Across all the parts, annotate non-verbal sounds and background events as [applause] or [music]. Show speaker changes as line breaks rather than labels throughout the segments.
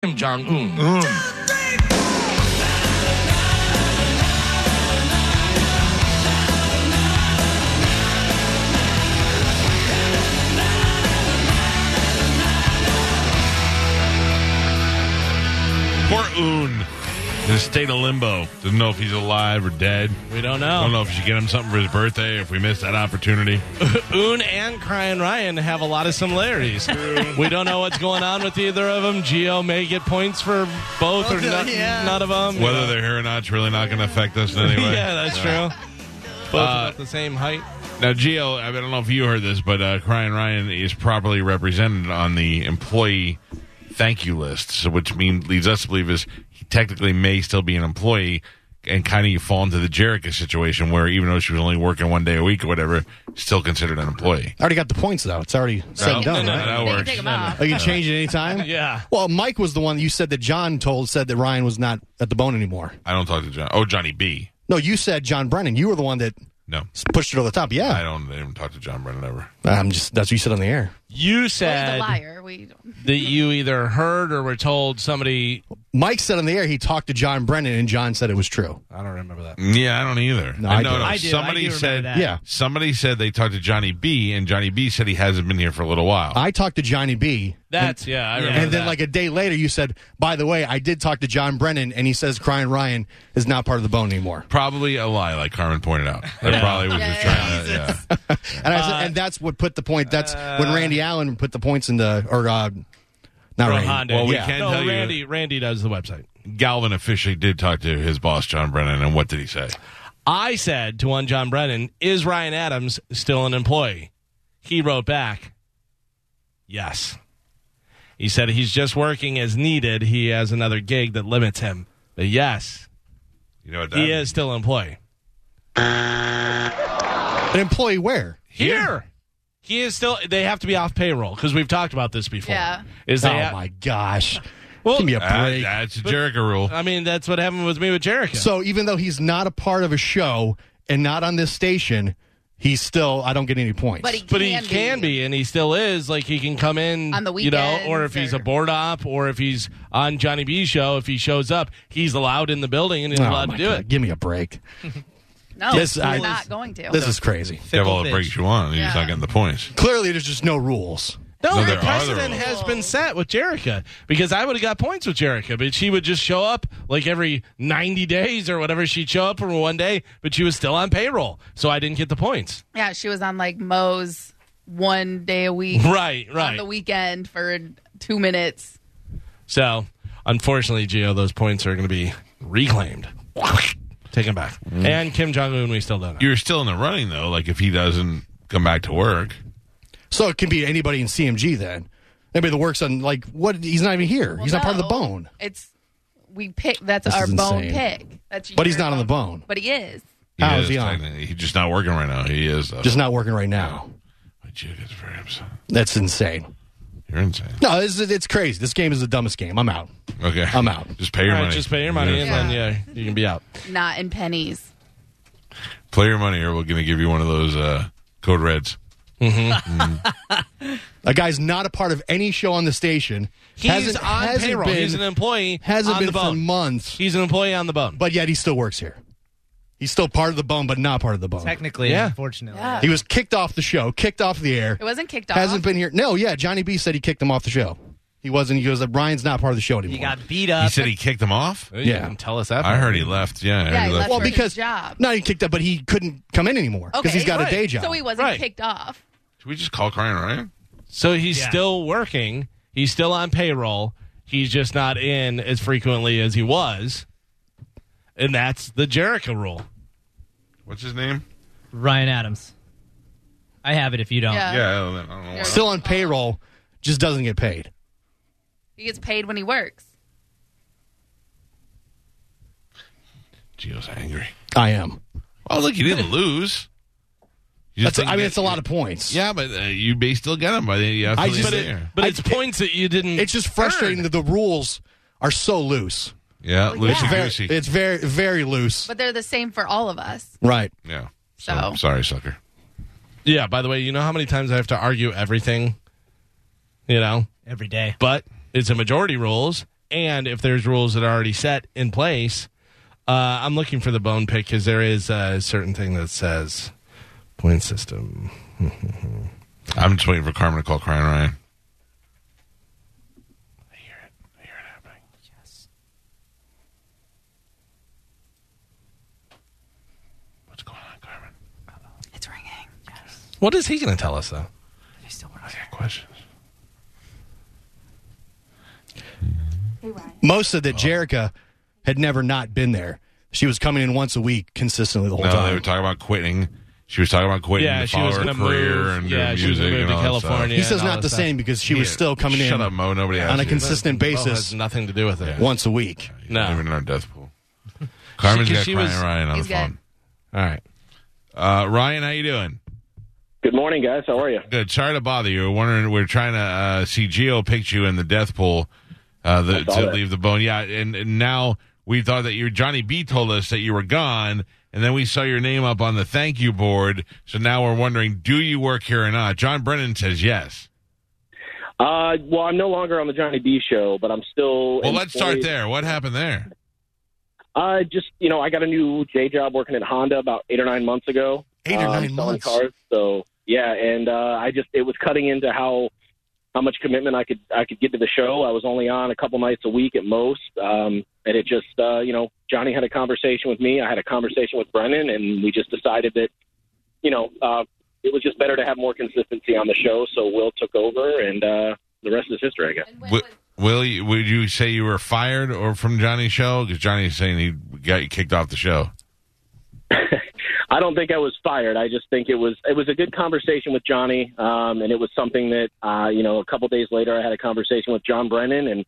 Kim Jong Un.
Poor Un in a state of limbo. Doesn't know if he's alive or dead.
We don't
I don't
know.
know if you should get him something for his birthday or if we missed that opportunity.
Un and Crying Ryan have a lot of similarities. we don't know what's going on with either of them. Geo may get points for both or no-
yeah.
none of them.
Whether they're here or not, it's really not going to affect us in any way.
[laughs] yeah, Uh, that's true. Both about the same height.
Now, Gio, I don't know if you heard this, but uh, Crying Ryan is properly represented on the employee thank you list, so which means leads us to believe is he technically may still be an employee, and kind of you fall into the Jerica situation where even though she was only working one day a week or whatever, still considered an employee.
I already got the points though. It's already said and done,
no,
right?
no.
They
That
can
works.
take 'em
No, no.
off.
I can change it anytime.
[laughs] Yeah.
Well, Mike was the one you said that John told said that Ryan was not at the bone anymore.
I don't talk to John. Oh, Johnny B.
No, you said John Brennan. You were the one that
No,
s- pushed it over the top.
I
Yeah,
don't even talk to John Brennan ever.
I'm just that's what you said on the air.
You
Well, he's a
said
liar. We don't-
that you either heard or were told somebody.
Mike said on the air he talked to John Brennan and John said it was true.
I don't remember that.
Yeah, I don't either.
No, I do.
no.
I
do. I
Somebody
do remember
said
that.
Yeah.
Somebody said they talked to Johnny B, and Johnny B said he hasn't been here for a little while.
I talked to Johnny B.
That's yeah. I remember
And then,
that.
like a day later, you said, "By the way, I did talk to John Brennan, and he says Crying Ryan is not part of the bone anymore."
probably a lie, like Carmen pointed out. That probably was just trying to. Yeah.
And I
Uh,
said, and that's what put the point. That's when Randy Allen put the points into or uh,
from
not Randy.
Honda.
Well, we
yeah.
can
no,
tell you-
Randy, Randy does the website.
Galvin officially did talk to his boss, John Brennan, and what did he say?
I said to one John Brennan, "Is Ryan Adams still an employee?" He wrote back, "Yes." He said he's just working as needed. He has another gig that limits him. But yes,
You know what that
he is still an employee.
An employee where?
Here. He is still they have to be off payroll because we've talked about this before.
Yeah.
Is
Oh
they ha-
my gosh!
Well, uh,
Give me a
Ah,
break. uh,
that's a Jericho rule.
I mean, that's what happened with me with Jericho.
So even though he's not a part of a show and not on this station, he's still I don't get any points.
But he
But
can
he can be, and he still is. Like he can come in
On the
you know, or if
weekends
he's
or-
a board op, or if he's on Johnny B's show. If he shows up, he's allowed in the building and he's
Oh,
allowed
my
to do
God,
it.
Give me a break.
No,
This-
he's
I-
not going to.
This is crazy.
You have all the breaks you want, and you're just
Yeah.
not getting the points.
Clearly, there's just no rules.
No,
No,
the
there are
precedent
rules.
has been set with Jerica because I would have got points with Jerica, but she would just show up like every ninety days or whatever. She'd show up for one day, but she was still on payroll, so I didn't get the points.
yeah, she was on like Moe's one day
[laughs]
a week
Right,
on the
right.
weekend for two minutes.
So unfortunately, Gio, those points are going to be reclaimed, taken back.
Mm.
And Kim Jong Un, we still don't. Know.
You're still in the running though. Like if he doesn't come back to work,
So it can be anybody in CMG then. Anybody that works on like what? He's not even here. he's not part of the
No,
bone.
It's we pick. That's
This
our
is
bone
insane.
pick. That's
But he's
your
not on the bone.
But he is.
he
How is he on?
technically- He's just not working right now. He is. uh, Though.
Just not working right now.
Jericho's very upset.
That's insane.
You're insane.
No, it's, it's crazy. This game is the dumbest game. I'm out.
Okay,
I'm out.
Just pay your
All right,
money.
just pay your money,
Yeah.
and then yeah, you can be out.
Not in pennies.
Play your money, or we're going to give you one of those uh, code reds.
A guy's not a part of any show on the station.
He's
hasn't,
on
hasn't
payroll.
Been,
he's an employee.
hasn't
on
been
the
for
bone.
months,
He's an employee on the bone.
but yet he still works here. He's still part of the bone, but not part of the bone.
Technically,
Yeah.
unfortunately.
Yeah.
He was kicked off the show, kicked off the air.
It wasn't kicked off.
Hasn't been here. No, yeah, Johnny B said he kicked him off the show. He wasn't. He goes, Brian's not part of the show anymore.
He got beat
He
up.
said he kicked him off.
You
Yeah.
can tell us that.
I heard he left. Yeah, I heard
Yeah,
he
he
left.
left.
well
for his
because
job.
not he kicked up, but he couldn't come in anymore because
Okay,
he's got
right.
a day job.
So he wasn't
Right.
kicked off.
Should we just call Crying Ryan?
So he's
Yeah.
still working. He's still on payroll. He's just not in as frequently as he was, and that's the Jericho rule.
What's his name?
Ryan Adams. I have it if you don't.
Yeah.
Yeah, I don't know. I don't know.
still on payroll, just doesn't get paid.
He gets paid when he works.
Gio's angry.
I am.
Oh, look, you didn't lose. You just
That's,
didn't
I mean,
get-
it's a lot of points.
Yeah, but uh, you may still get him by the yeah,
I
I
just-
just,
But, it, but
I-
it's points that you didn't.
It's just frustrating
earn.
that the rules are so loose.
yeah, loosey
yeah.
Very,
goosey.
it's very, very loose.
But they're the same for all of us.
right.
yeah. So,
So-
sorry, sucker.
Yeah. By the way, you know how many times I have to argue everything. You know,
Every day.
but it's a majority rules, and if there's rules that are already set in place, uh, I'm looking for the bone pick because there is a certain thing that says point system.
I'm just waiting for Carmen to call Crying Ryan. What's going on, Carmen?
It's ringing. Yes.
What is he going to tell us though?
You still want
I got questions.
Most
Oh.
of the Jerica had never not been there. She was coming in once a week consistently the whole
No, they
time.
were talking about quitting. She was talking about quitting
Yeah,
to
she
follow
was
her
gonna
career
move.
and
Yeah,
her
she was
music
gonna move
and
to
all that stuff.
California.
he
Yeah, and
says
all
not the
that stuff.
same because she was
Yeah.
still coming
Shut
in
up, Mo. Nobody
on a
asked you.
consistent
Bo has
basis
nothing to do with it.
once a week.
No.
Even in our death pool. Carmen's
She-
got
she
Crying
was-
Ryan on the
He's got-
phone.
All right.
Uh, Ryan, how you doing?
Good morning, guys. How are you?
Good. Sorry to bother you. We're wondering. We're trying to uh, see Geo picked you in the death pool uh, the,
I saw
to
that.
leave the bone. Yeah, and, and now we thought that you Johnny B told us that you were gone, and then we saw your name up on the thank you board. So now we're wondering, do you work here or not? John Brennan says yes.
Uh, well, I'm no longer on the Johnny B show, but I'm still.
Well, let's start
employed.
there. What happened there?
Uh, just you know, I got a new J job working at Honda about eight or nine months ago.
Eight or
Um,
nine
selling
months.
Cars, so yeah, and uh, I just it was cutting into how how much commitment I could I could get to the show. I was only on a couple nights a week at most, um, and it just uh, you know Johnny had a conversation with me. I had a conversation with Brennan, and we just decided that you know uh, it was just better to have more consistency on the show. So Will took over, and uh, the rest is history, I guess.
Wi- Will you, would you say you were fired or from Johnny's show? Because Johnny's saying he got you kicked off the show.
I don't think I was fired. I just think it was it was a good conversation with Johnny, um, and it was something that uh, you know a couple days later I had a conversation with John Brennan, and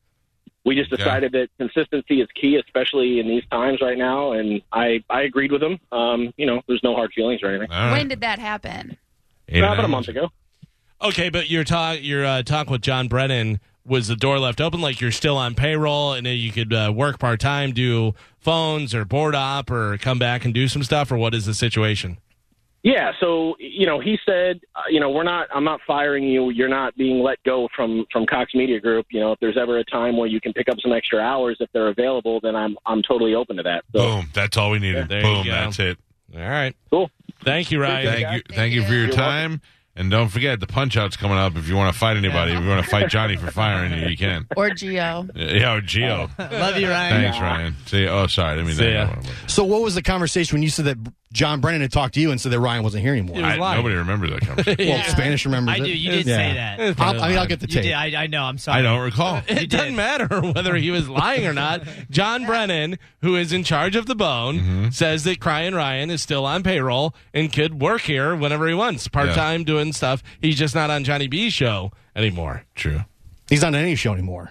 we just
Okay.
decided that consistency is key, especially in these times right now. And I I agreed with him. Um, you know, there's no hard feelings or anything.
All right.
When did that happen?
Eight or
About a
nine months.
month ago.
Okay, but your talk, your uh, talk with John Brennan was the door left open, like you're still on payroll, and then you could uh, work part time, do phones or board op, or come back and do some stuff, or what is the situation?
Yeah, so you know, he said, uh, you know, we're not. I'm not firing you. You're not being let go from from Cox Media Group. You know, if there's ever a time where you can pick up some extra hours if they're available, then I'm I'm totally open to that. So
Boom. That's all we needed.
There you
Boom.
go.
That's it.
All right,
cool.
thank you, Ryan.
Thank you. Thank you for your
You're
time. And don't forget the punch out's coming up. If you want to fight anybody, if you want to fight Johnny for firing you, you can.
Or Geo?
Yeah, or Geo.
Love you, Ryan.
Thanks, Ryan. See, oh, sorry, I didn't mean
Oh. See
that.
ya.
So what was the conversation when you said that John Brennan had talked to you and said that Ryan wasn't here anymore?
It was
I,
lying.
nobody remembers that conversation.
Well, Spanish remembers
I
it.
do. You did
Yeah.
say that.
It
I'll, I mean, I'll get the
You
tape.
did. I, I know. I'm sorry.
I don't
[laughs]
recall.
It doesn't matter whether he was lying or not. John Brennan, who is in charge of the bone,
Mm-hmm.
says that Crying Ryan is still on payroll and could work here whenever he wants, part time doing stuff. He's just not on Johnny B's show anymore.
True.
He's not on any show anymore.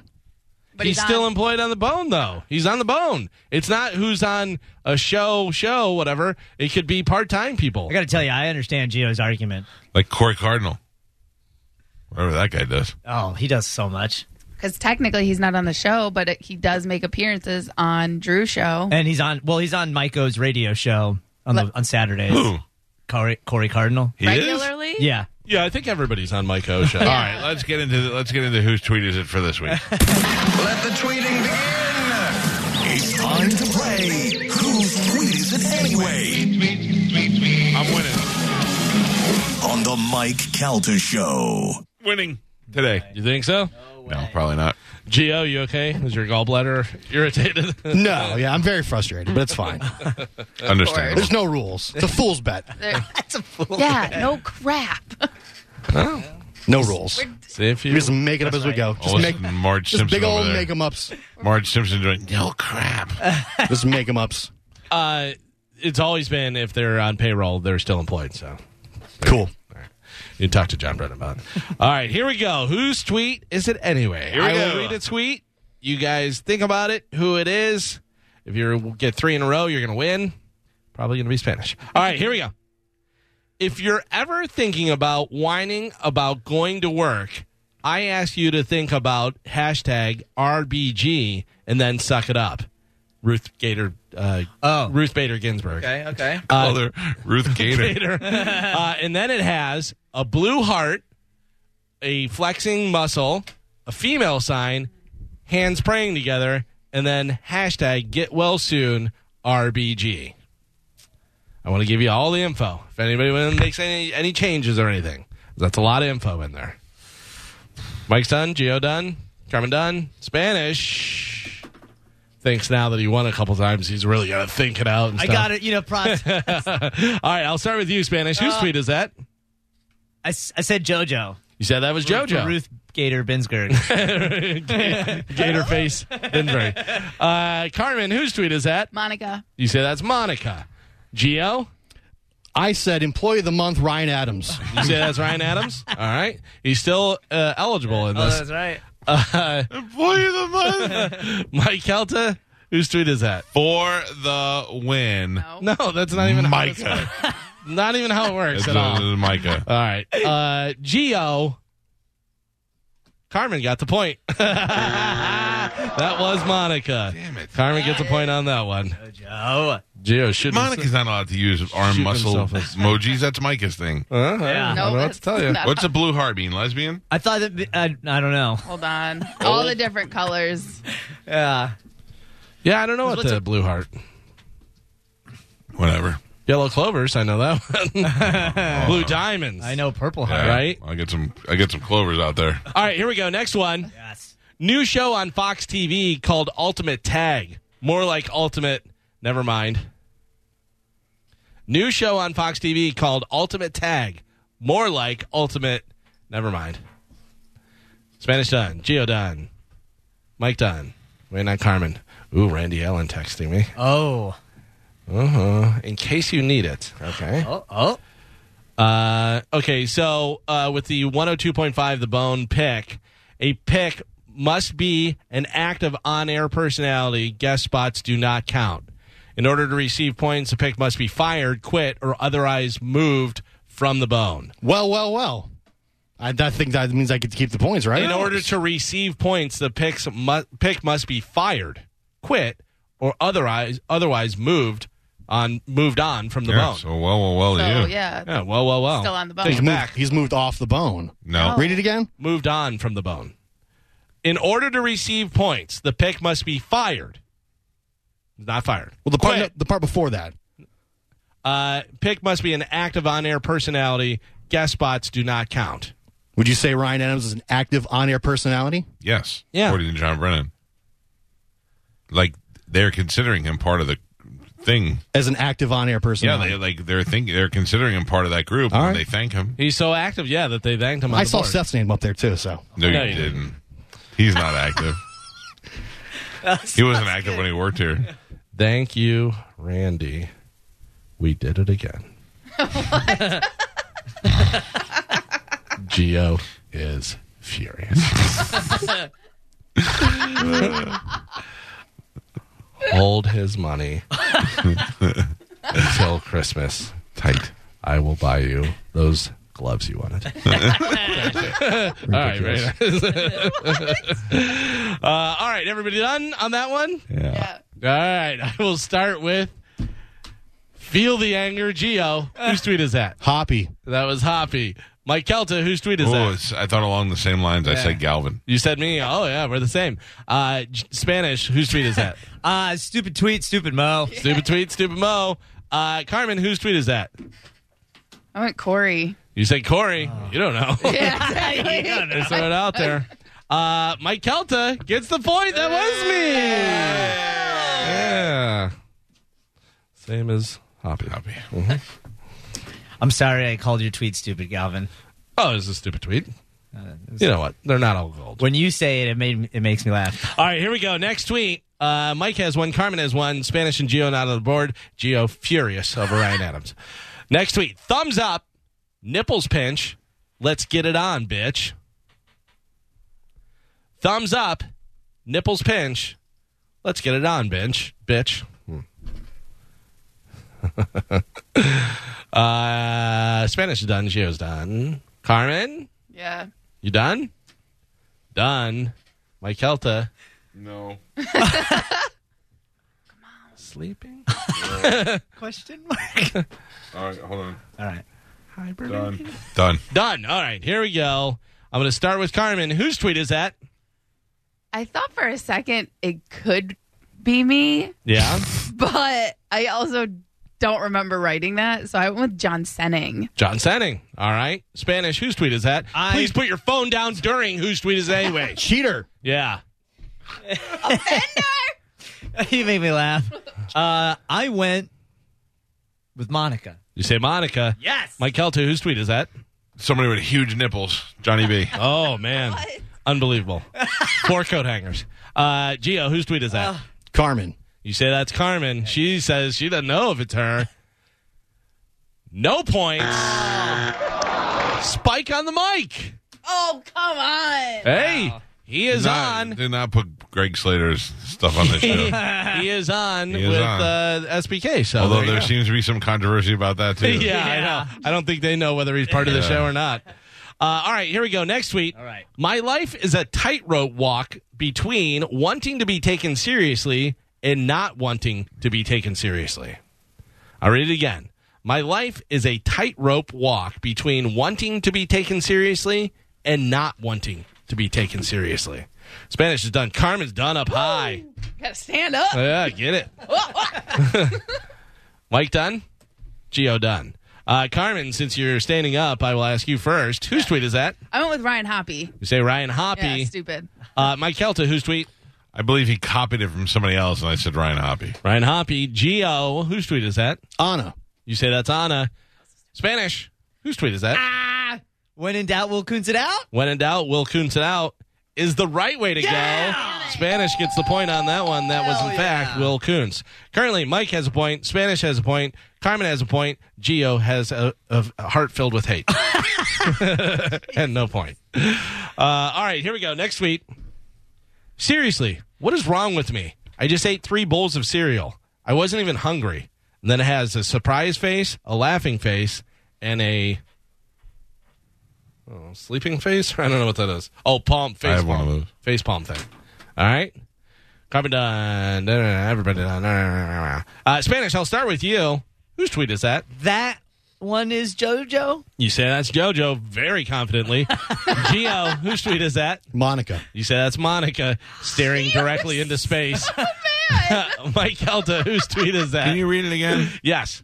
But
he's,
he's
still
on-
employed on the bone, though. He's on the bone. It's not who's on a show, show, whatever. It could be part time people.
I got to tell you, I understand Gio's argument.
Like Corey Cardinal. Whatever that guy does.
Oh, he does so much,
Because technically he's not on the show, but it, he does make appearances on Drew show.
and he's on. Well, he's on Michael's radio show on the, on Saturdays.
Who?
Corey, Corey Cardinal.
He is. All
regularly.
Yeah.
yeah, I think everybody's on Mike
[laughs]
O's show.
right, let's get into the, let's get into whose tweet is it for this week.
Let the tweeting begin. It's time to play. Whose tweet is it anyway?
I'm winning.
On the Mike Calter Show.
Winning today.
You think so?
No, probably not.
Geo, you okay? Is your gallbladder [laughs] irritated?
No, yeah, I'm very frustrated, but it's
[laughs]
fine.
Understandable.
There's no rules. It's a fool's bet.
There- yeah, no crap. [laughs]
No rules.
See if
We
you.
just make it up as we go. Just
Oh,
make
listen, Marge
just
Simpson
big old
over there.
make
[laughs]
'em ups.
Marge Simpson doing no crap.
Just make 'em ups.
Uh, it's always been if they're on payroll, they're still employed. So
Cool.
you can talk to John
[laughs]
Brennan about it. All right, here we go. Whose tweet is it anyway?
we
I will
go.
read a tweet. You guys think about it, who it is. If you get three in a row, you're going to win. Probably going to be Spanish. All right, here we go. If you're ever thinking about whining about going to work, I ask you to think about hashtag RBG and then suck it up. Ruth Gator, uh,
Oh.
Ruth Bader Ginsburg. Uh,
Okay. Okay.
Oh, they're- Ruth Gator.
Gator. [laughs] uh, and then it has a blue heart, a flexing muscle, a female sign, hands praying together, and then hashtag get well soon RBG. I want to give you all the info. If anybody makes any, any changes or anything, that's a lot of info in there. Mike's done. Geo done. Carmen done. Spanish thinks now that he won a couple times, he's really gonna think it out. And
I
stuff.
got it. You know, [laughs] props. I,
[laughs] All right, I'll start with you, Spanish.
Uh,
Whose tweet is that?
s- I said JoJo.
You said that was JoJo. [laughs]
Ruth Gator Binsberg.
Gator face. Denver. Uh, Carmen, whose tweet is that?
Monica.
You say that's Monica. Geo?
I said employee of the month Ryan Adams.
You say that's Ryan [laughs] Adams? All right. He's still uh, eligible
[laughs]
in
oh,
this.
that's right.
Uh,
Employee of the month
[laughs] Mike Kelta, whose tweet is that?
for the win.
No.
No, that's not even how that's
Micah.
not even how it works
It's
at all.
uh, Micah.
All right. Uh Geo. Carmen got the point. [laughs] that was Monica.
Damn it.
Carmen gets a point on that one.
JoJo.
Geo should
Monica's not allowed to use arm
Shoot
muscle
himself.
emojis. That's Micah's thing.
Uh,
Yeah.
I don't know what
[laughs]
to tell you.
not-
What's a blue heart mean? Lesbian?
I thought that. I, I don't know.
Hold on. All the different colors.
Yeah.
Yeah, I don't know what
What's
the
a-
blue heart.
Whatever.
Yellow clovers, I know that
[laughs]
one. blue diamonds.
I know Purple
Yeah.
Heart.
Right.
I get some. I get some clovers out there.
All right, here we go. Next one.
Yes.
New show on Fox TV called Ultimate Tag. More like Ultimate. Never mind. New show on Fox TV called Ultimate Tag. More like Ultimate. Never mind. Spanish done. Geo done. Mike done. Wait, not Carmen. Ooh, Randy Allen texting me.
Oh.
Mm-hmm. In case you need it. Okay.
Oh. Oh.
Uh, okay, so uh, with the 102.5 The Bone pick, a pick must be an act of on air personality. Guest spots do not count. In order to receive points, a pick must be fired, quit, or otherwise moved from the bone.
Well, well, well. I, I think that means I get to keep the points, right?
In order to receive points, the picks mu- pick must be fired, quit, or otherwise otherwise moved on moved on from the
Yeah,
bone.
so well, well, well.
So,
to you.
yeah.
yeah, Oh. well, well, well.
Still on the
Take
bone.
he's
it
moved,
back.
he's moved off the bone.
No.
Read it again.
moved on from the bone. In order to receive points, the pick must be fired. Not fired.
Well, the part
Quit.
the part before that.
Uh, pick must be an active on air personality. Guest spots do not count.
Would you say Ryan Adams is an active on-air personality?
Yes.
Yeah.
According to John Brennan. Like they're considering him part of the thing.
As an active on-air
Yeah,
personality.
they like they're thinking they're considering him part of that group,
All
and
right.
they thank him.
He's so active, yeah, that they thanked him. On
I
the
saw
board.
Seth's name up there too. So
No,
No,
you
you didn't.
didn't. He's not active. he wasn't active when he worked here.
Thank you, Randy. We did it again. Geo is furious. Hold his money until Christmas.
Tight.
I will buy you those gloves you wanted. all right, [laughs] very nice. uh, all right, everybody done on that one?
Yeah.
All right, I will start with Feel the Anger Geo. Whose tweet is that?
Hoppy,
That was Hoppy. Mike Kelta, whose tweet is
Oh,
that?
it's, I thought along the same lines. I said Galvin.
You said me. Oh, yeah, we're the same. Uh, J- Spanish, whose tweet is [laughs] that?
Uh, stupid tweet, stupid Mo.
stupid tweet, stupid Mo. Uh, Carmen, whose tweet is that?
I went Corey.
You said Corey. You don't know.
Yeah,
[laughs]
exactly.
Just throw it out there. Uh, Mike Kelta gets the point. That was me. Yeah. Same as Hoppy. Mm-hmm.
Copy.
I'm sorry I called your tweet stupid, Galvin.
Oh, it's a stupid tweet. You know what? They're not all gold.
When you say it, it made it makes me laugh.
All right, here we go. Next tweet. Uh, Mike has one. Carmen has one. Spanish and Geo not on the board. Geo furious over [laughs] Ryan Adams. Next tweet. Thumbs up. Nipples pinch. Let's get it on, bitch. Thumbs up. Nipples pinch. Let's get it on, bitch. Bitch. [laughs] uh, Spanish is done. Geo's done. Carmen,
yeah.
you done? Done. Mike Helta.
No.
Sleeping?
[laughs] Question mark.
All right, hold on.
All right.
Done. Done.
Done. All right, here we go. I'm going to start with Carmen. Whose tweet is that?
I thought for a second it could be me,
Yeah.
but I also don't remember writing that, so I went with John Senning.
John Sanning. All right. Spanish. Whose tweet is that?
I-
Please put your phone down during whose tweet is it anyway.
Cheater.
[laughs] yeah.
you made me laugh. Uh, I went with Monica.
You say Monica.
Yes.
Mike Kelta. Whose tweet is that?
Somebody with huge nipples, Johnny B.
Oh man. Unbelievable. Four coat hangers. Uh, Gio. Whose tweet is that?
Carmen.
You say that's Carmen. She says she doesn't know if
[laughs]
it's her. No points.
Ah.
Spike on the mic.
Oh, come on.
Hey, he is
Not-
on. [laughs]
Did not put Greg Slater's stuff on this show.
He is on
He is
with
on.
Uh, SBK. So
Although
you
there
go.
seems to be some controversy about that too.
[laughs] yeah, I know. I don't think they know whether he's part of the
Yeah.
show or not. Uh, all right, here we go. Next week.
All right.
My life is a tightrope walk between wanting to be taken seriously and not wanting to be taken seriously. I'll read it again. My life is a tightrope walk between wanting to be taken seriously and not wanting to be taken seriously. Spanish is done. Carmen's done up high.
Gotta stand up.
Yeah, I get it. [laughs] Mike Dunn, Geo Dunn. Uh, Carmen, since you're standing up, I will ask you first. Whose tweet is that?
I went with Ryan Hoppy.
You say Ryan
Yeah,
Hoppy.
stupid.
uh, Mike Kelta, whose tweet?
I believe he copied it from somebody else, and I said Ryan Hoppy.
Ryan Hoppy. Geo, whose tweet is that?
Anna.
You say that's Anna. Spanish, whose tweet is that?
Ah, when in doubt, we'll coons it out.
When in doubt, Will Koontz it out is the right way to go. Spanish gets the point on that one. That was, in fact, Will Koontz. Currently, Mike has a point. Spanish has a point. Carmen has a point. Geo has a, a heart filled with hate. and [laughs] no point. Uh, all right, here we go. Next week. Seriously, what is wrong with me? I just ate three bowls of cereal. I wasn't even hungry. And then it has a surprise face, a laughing face, and a oh, sleeping face? [laughs] I don't know what that is. Oh, palm face.
I have
palm.
one of those.
Face palm thing. All right. Carbon done. Da, da, da, Everybody done. Da, da, da, da, da. Uh, Spanish, I'll start with you. Whose tweet is that?
That one is JoJo.
You say that's JoJo very confidently. Gio, whose tweet is that?
Monica.
You say that's Monica staring directly into space. [laughs] Mike Kelta, whose tweet
Can
is that?
you read it again?
Yes.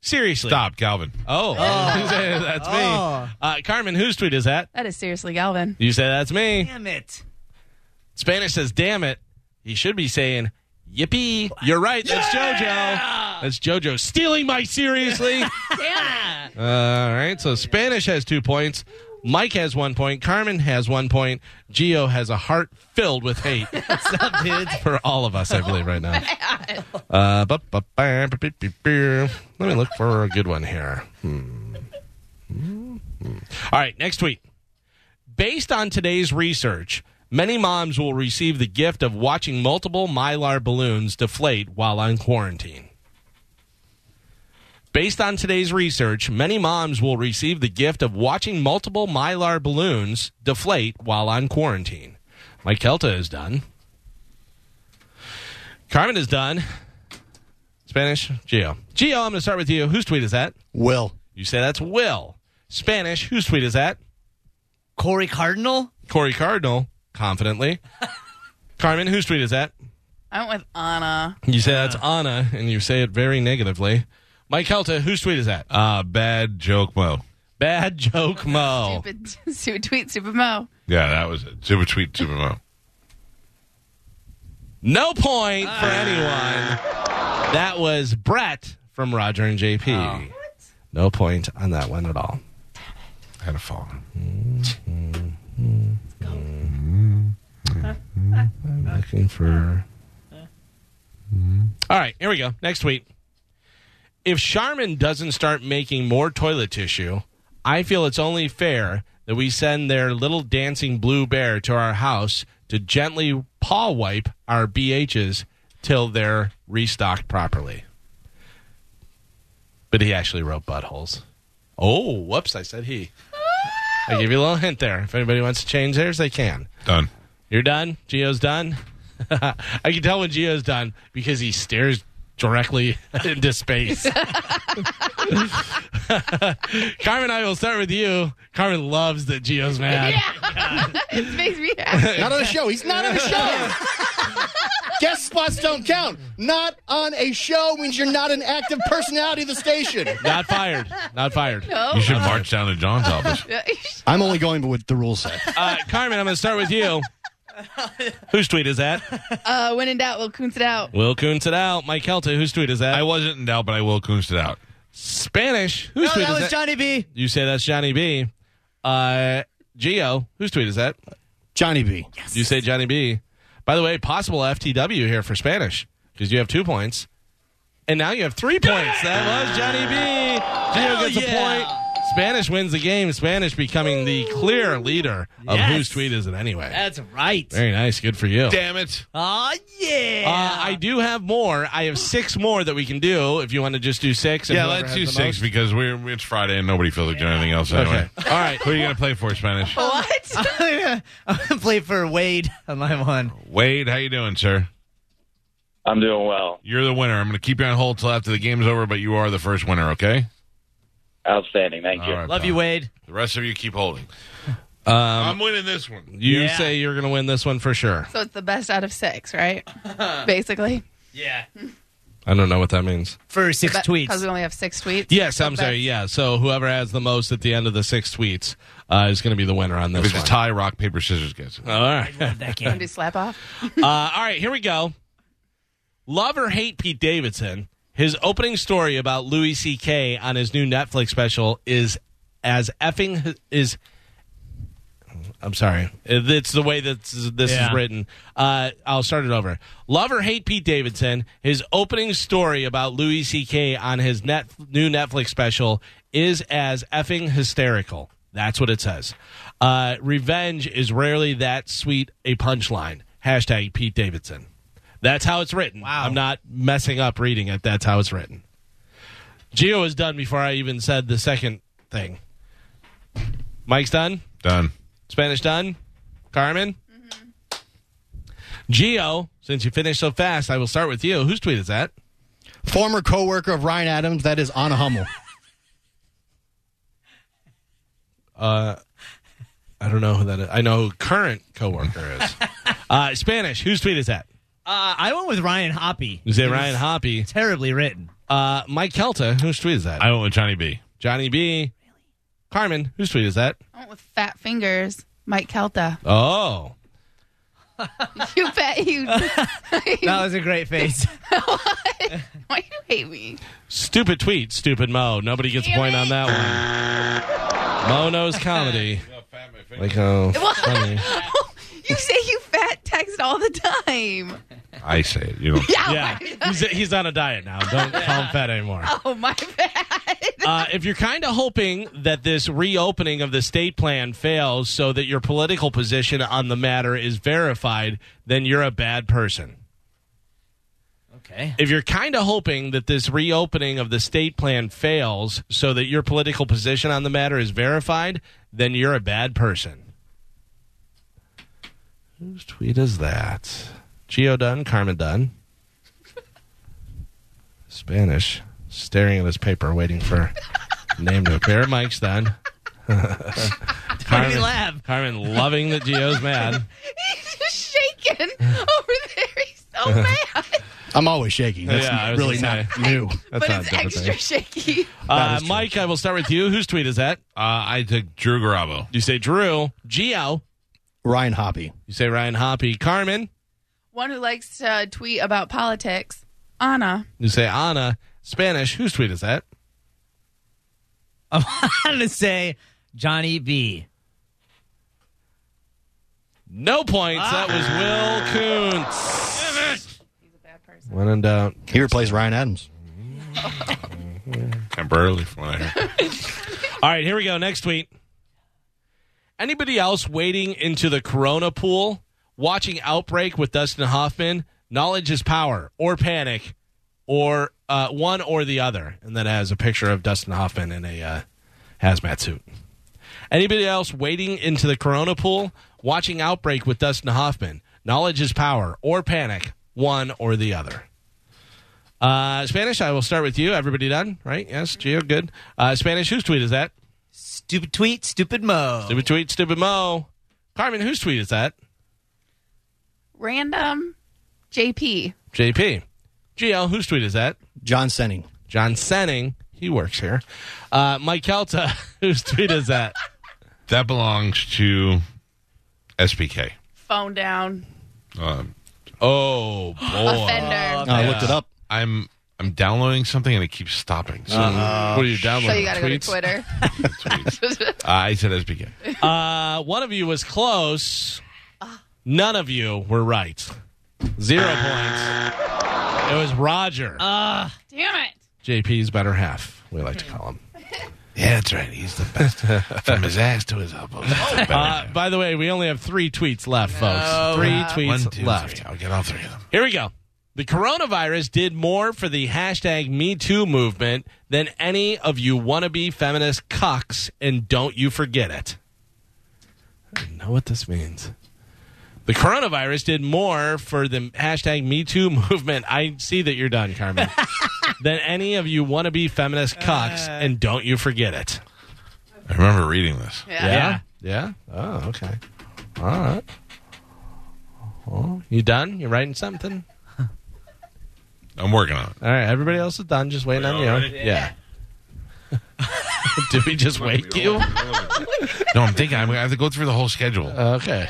Seriously.
Stop, Calvin.
Oh, You say [laughs] that's me.
Oh.
Uh, Carmen, whose tweet is that?
That is seriously Galvin.
You say that's me.
Damn it.
Spanish says, damn it. He should be saying, yippee. You're right. That's JoJo. That's JoJo stealing my seriously.
Damn it.
Uh, all right. So Spanish has two points. Mike has one point. Carmen has one point. Geo has a heart filled with hate
What's up, dudes?
for all of us, I believe, right now. Uh, bu- bu- ba- bu- bu- bu- bu. Let me look for a good one here. Hmm. Hmm. Hmm. All right, next tweet. Based on today's research, many moms will receive the gift of watching multiple mylar balloons deflate while on quarantine. Based on today's research, many moms will receive the gift of watching multiple mylar balloons deflate while on quarantine. Mike Kelta is done. Carmen is done. Spanish, Geo. Geo, I'm going to start with you. Whose tweet is that?
Will.
You say that's Will. Spanish, whose tweet is that?
[laughs] Corey Cardinal?
Corey Cardinal, confidently. Carmen, whose tweet is that?
I went with Anna.
You say that's Anna, and you say it very negatively. Mike Helta, whose tweet is that?
Uh, bad joke, Mo.
Bad joke, Mo.
Stupid, [laughs] stupid tweet, stupid mo.
Yeah, that was it. Super tweet, Super Mo.
No point for anyone. That was Brett from Roger and
Oh.
JP. No point on that one at all.
Had a fall.
looking for. All right, here we go. Next tweet. If Charmin doesn't start making more toilet tissue, I feel it's only fair that we send their little dancing blue bear to our house to gently paw wipe our BHs till they're restocked properly. But he actually wrote buttholes. Oh, whoops, I said he. I gave you a little hint there. If anybody wants to change theirs, they can.
Done.
[laughs] You're done? Geo's done? I can tell when Geo's done because he stares directly [laughs] into space. [laughs] Carmen, I will start with you. Carmen loves that Geo's mad.
it
[laughs]
makes me happy.
Not on a show. He's not on a show. Guest spots don't count. Not on a show means you're not an active personality of the station.
Not fired. Not fired.
You should
Uh-huh.
march down to John's office. [laughs]
I'm only going with what the rules say.
Uh, Carmen, I'm going to start with you. Whose tweet is that?
uh, when in doubt, we'll coons it out.
Will Coons it out. Mike Helta, whose tweet is that?
I wasn't in doubt, but I will coons it out.
Spanish. Whose
No,
tweet
that
is
was Johnny B.
You say that's Johnny B. Uh, Geo, whose tweet is that?
Johnny B.
You say Johnny B. By the way, possible FTW here for Spanish because you have two points, and now you have three points. That was Johnny B. Geo gets
yeah.
a point. Spanish wins the game. Spanish becoming the clear leader of
Yes.
whose tweet is it anyway.
That's right.
Very nice. Good for you.
Damn it.
Aw,
Uh,
yeah.
I do have more. I have six more that we can do. If you want to just do six, and
Yeah,
whoever
let's
has
do
the
six
most-
because we're it's Friday and nobody feels like doing anything else
Okay.
anyway.
All right.
Who are you going to play for,
[laughs]
Spanish?
What?
I'm gonna- [laughs] I'm going to play for Wade on my one.
Wade, how you doing, sir?
I'm doing well.
You're the winner. I'm going to keep you on hold till after the game's over, but you are the first winner, okay?
Outstanding. Thank you.
All right,
Love
pal.
you, Wade.
The rest of you keep holding.
[laughs] Um,
I'm winning this one.
You
Yeah.
say you're going to win this one for sure.
So it's the best out of six, right? Basically.
Yeah.
I don't know what that means.
For six
Because we
tweets.
only have six tweets.
Yes, I'm
Okay.
sorry. Yeah. So whoever has the most at the end of the six tweets uh, is going to be the winner on
If
this
it's a
one.
tie, rock, paper, scissors gets it.
all right. uh,
That
Wanna
game.
Do slap off.
all right. Here we go. Love or hate Pete Davidson. His opening story about Louis C.K. on his new Netflix special is as effing is. I'm sorry. It's the way that this
Yeah.
is written. Uh, I'll start it over. Love or hate Pete Davidson. His opening story about Louis C.K. on his net, new Netflix special is as effing hysterical. That's what it says. Uh, revenge is rarely that sweet a punchline. Hashtag Pete Davidson. That's how it's written.
Wow.
I'm not messing up reading it. That's how it's written. Geo is done before I even said the second thing. Mike's done.
Done.
Spanish done? Carmen? Geo, since you finished so fast, I will start with you. Whose tweet is that?
Former coworker of Ryan Adams, that is Anna Hummel.
I don't know who that is. I know who current coworker [laughs] is. uh, Spanish, whose tweet is that?
Uh, I went with Ryan Hoppy.
Is it Ryan Hoppy?
Terribly [laughs] written.
Uh, Mike Kelta, whose tweet is that?
I went with Johnny B.
Johnny B. Carmen, whose tweet is that?
I went with fat fingers. Mike
[laughs]
Kelta.
Oh.
You
[laughs]
bet you. [laughs]
That was a great face.
Why do you hate me?
Stupid tweet, stupid Mo. Nobody gets a
Damn
point
it.
on that one. Mo knows [laughs] comedy. Like, oh, funny.
[laughs] You say you fat text all the time.
I say it. You know.
Yeah. oh,
Yeah,
my- [laughs]
he's, he's on a diet now. [laughs] Don't call him fat anymore.
Oh my bad. [laughs]
Uh, if you're kind of hoping that this reopening of the state plan fails so that your political position on the matter is verified, then you're a bad person.
Okay.
If you're kind of hoping that this reopening of the state plan fails so that your political position on the matter is verified, then you're a bad person. Whose tweet is that? Geo Dunn, Carmen Dunn. Spanish, staring at his paper, waiting for name to appear. Mike's done.
Why did he laugh?
Carmen loving that Geo's [laughs] mad.
He's just shaking [laughs] over there. He's
[laughs]
so mad.
I'm always shaking. That's
Yeah, I was
really
gonna
not new.
That's
but
not
it's
a different
extra
thing. [laughs]
shaky.
Uh, Mike, I will start with you. Whose tweet is that?
Uh, I took [laughs] Drew Garabo.
You say Drew. Geo.
Ryan Hoppy.
You say Ryan Hoppy. Carmen.
One who likes to tweet about politics. Anna.
You say Anna. Spanish. Whose tweet is that?
I'm going [laughs] to say Johnny B.
No points. Ah. That was Will Koontz.
He's a bad person.
When in doubt.
He replaced Ryan Adams.
Temporarily, from what I heard.
All right, here we go. Next tweet. Anybody else wading into the Corona pool, watching Outbreak with Dustin Hoffman? Knowledge is power, or panic, or uh, one or the other. And then it has a picture of Dustin Hoffman in a uh, hazmat suit. Anybody else wading into the Corona pool, watching Outbreak with Dustin Hoffman? Knowledge is power, or panic, one or the other. Uh, Spanish, I will start with you. Everybody done? Right? Yes, Gio, good. Uh, Spanish, whose tweet is that?
Stupid tweet, stupid mo.
Stupid tweet, stupid Mo. Carmen, whose tweet is that?
Random JP.
JP. GL, whose tweet is that?
John Senning.
John Senning. He works here. Uh, Mike Kelta, [laughs] whose tweet is that?
That belongs to SPK.
Phone down.
Um,
Oh,
[laughs]
uh, boy.
Offender.
Oh, I looked it up.
I'm I'm downloading something and it keeps stopping. So uh,
what are you downloading?
So you gotta go to
tweets?
Twitter.
[laughs]
I said SPK.
Uh, one of you was close. None of you were right. Zero points. It was Roger,
[laughs] Uh, Damn it.
JP's better half. We like to call him.
Yeah, that's right. He's the best. From his ass to his [laughs] elbows.
Uh, by the way, we only have three tweets left, folks. Three tweets left.
i I'll get all three of them.
Here we go. The coronavirus did more for the hashtag Me Too movement than any of you wannabe feminist cucks, and don't you forget it. I don't know what this means. The coronavirus did more for the hashtag Me Too movement. I see that you're done, Carmen. than any of you wannabe feminist cucks, and don't you forget it.
I remember reading this.
Yeah.
Yeah? Oh, okay. All right. Oh, you done? You writing something?
I'm working on it.
All right, everybody else is done. Just waiting on
all
you.
ready?
Yeah. [laughs] Did we just wake you?
No, I'm thinking I'm going to have to go through the whole schedule.
Okay.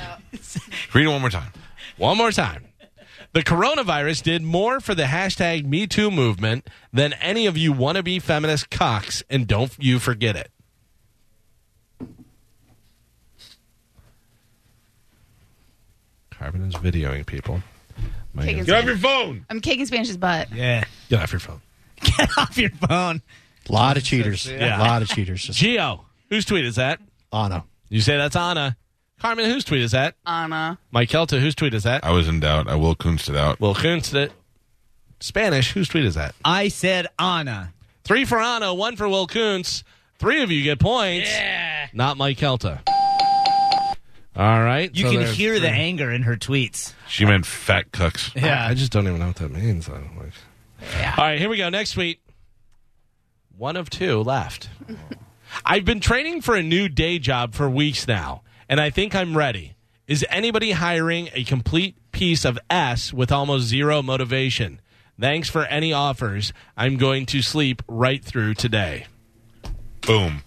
Read it one more time.
One more time. The coronavirus did more for the hashtag Me Too movement than any of you wannabe feminist cocks, and don't you forget it. Carbon is videoing people.
Kicking Spanish-
phone.
I'm kicking Spanish's butt.
Yeah.
Get off your phone.
[laughs] Get off your phone.
A lot of cheaters.
Yeah.
A lot of cheaters. Just
Geo, whose tweet is that?
Anna.
You say that's Anna. Carmen, whose tweet is that?
Anna.
Mike Kelta, whose tweet is that?
I was in doubt. I will Kunst it out.
Will Kuntz did it. Spanish, whose tweet is that?
I said Anna.
Three for Anna, one for Will Kuntz. Three of you get points. Yeah. Not Mike Kelta. All right.
You
so
can
there's
hear the
three.
anger in her tweets.
She meant fat cucks.
I just don't even know what that means. I don't like- All right, here we go. Next tweet. One of two left. I've been training for a new day job for weeks now, and I think I'm ready. Is anybody hiring a complete piece of S with almost zero motivation? Thanks for any offers. I'm going to sleep right through today.
Boom.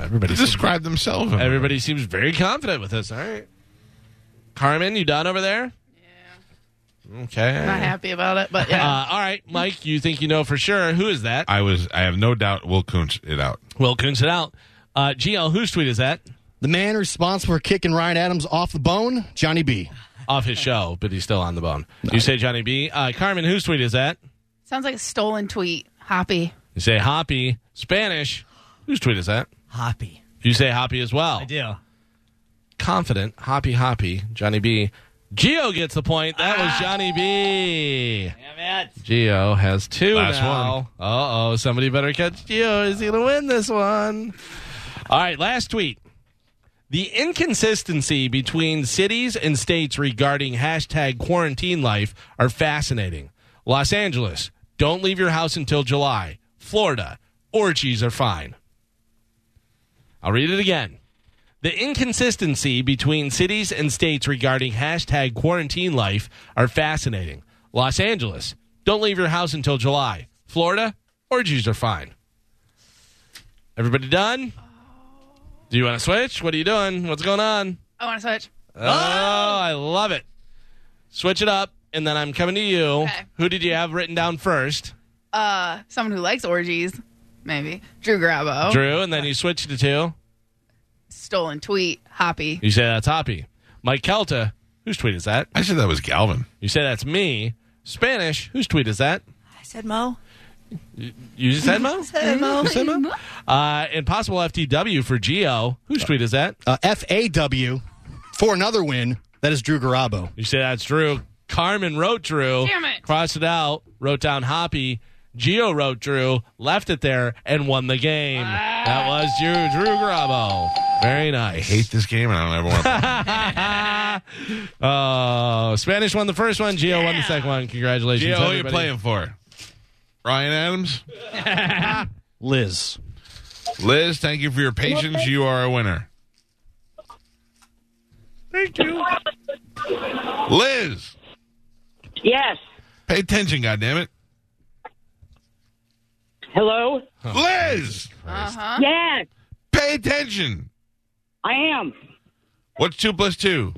Everybody,
They describe themselves.
everybody seems very confident with this. All right, Carmen, you done over there? Yeah. Okay.
Not happy about it, but yeah.
[laughs] Uh, all right, Mike, you think you know for sure. Who is that?
I was. I have no doubt. Will Kunst it out.
Will Coons it out. Uh, GL, whose tweet is that?
The man responsible for kicking Ryan Adams off the bone, Johnny B.
Off his [laughs] show, but he's still on the bone. You say Johnny B. Uh, Carmen, whose tweet is that?
Sounds like a stolen tweet. Hoppy.
You say Hoppy. Spanish, whose tweet is that?
Hoppy.
You say Hoppy as well.
I do.
Confident, Hoppy Hoppy, Johnny B. Geo gets the point. That was Johnny B.
Ah. Damn it.
Geo has two
Last
now. Uh oh, somebody better catch Geo. Is he going to win this one? All right, last tweet. The inconsistency between cities and states regarding hashtag quarantine life are fascinating. Los Angeles, don't leave your house until July. Florida, orgies are fine. I'll read it again. The inconsistency between cities and states regarding hashtag quarantine life are fascinating. Los Angeles, don't leave your house until July. Florida, orgies are fine. Everybody done? Do you want to switch? What are you doing? What's going on?
I want to switch.
Oh, I love it. Switch it up, and then I'm coming to you.
Okay.
Who did you have written down first?
Uh, someone who likes orgies, maybe. Drew Grabo.
Drew, and then you switched it to.
stolen tweet. Hoppy.
You say that's Hoppy. Mike Kelta, whose tweet is that?
I said that was Galvin.
You say that's me. Spanish, whose tweet is that? [laughs] I said Mo. You said Mo? You said Mo? Uh, Impossible FTW for Geo. Whose tweet is that?
Uh, FAW for another win. That is Drew Garabo.
You say that's Drew. Carmen wrote Drew.
Damn it.
Crossed it out, wrote down Hoppy. Geo wrote Drew, left it there, and won the game. That was you, Drew Grabo. Very
[laughs]
nice.
Hate this game, and I don't ever want. to
Oh, Spanish won the first one. Gio won the second one. Congratulations,
Gio, who you
everybody.
playing for? Ryan Adams?
Liz.
Liz, thank you for your patience. You are a winner. Thank you. Liz,
Yes.
pay attention, goddammit.
Hello?
Liz,
Uh-huh.
Yes,
pay attention.
I am.
What's two plus two?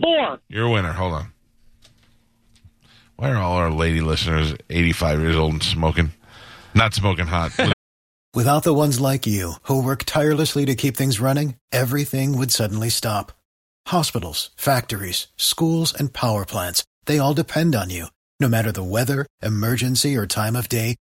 Four.
You're a winner. Hold on. Why are all our lady listeners 85 years old and smoking? Not smoking hot.
Without the ones like you, who work tirelessly to keep things running, everything would suddenly stop. Hospitals, factories, schools, and power plants, they all depend on you. No matter the weather, emergency, or time of day,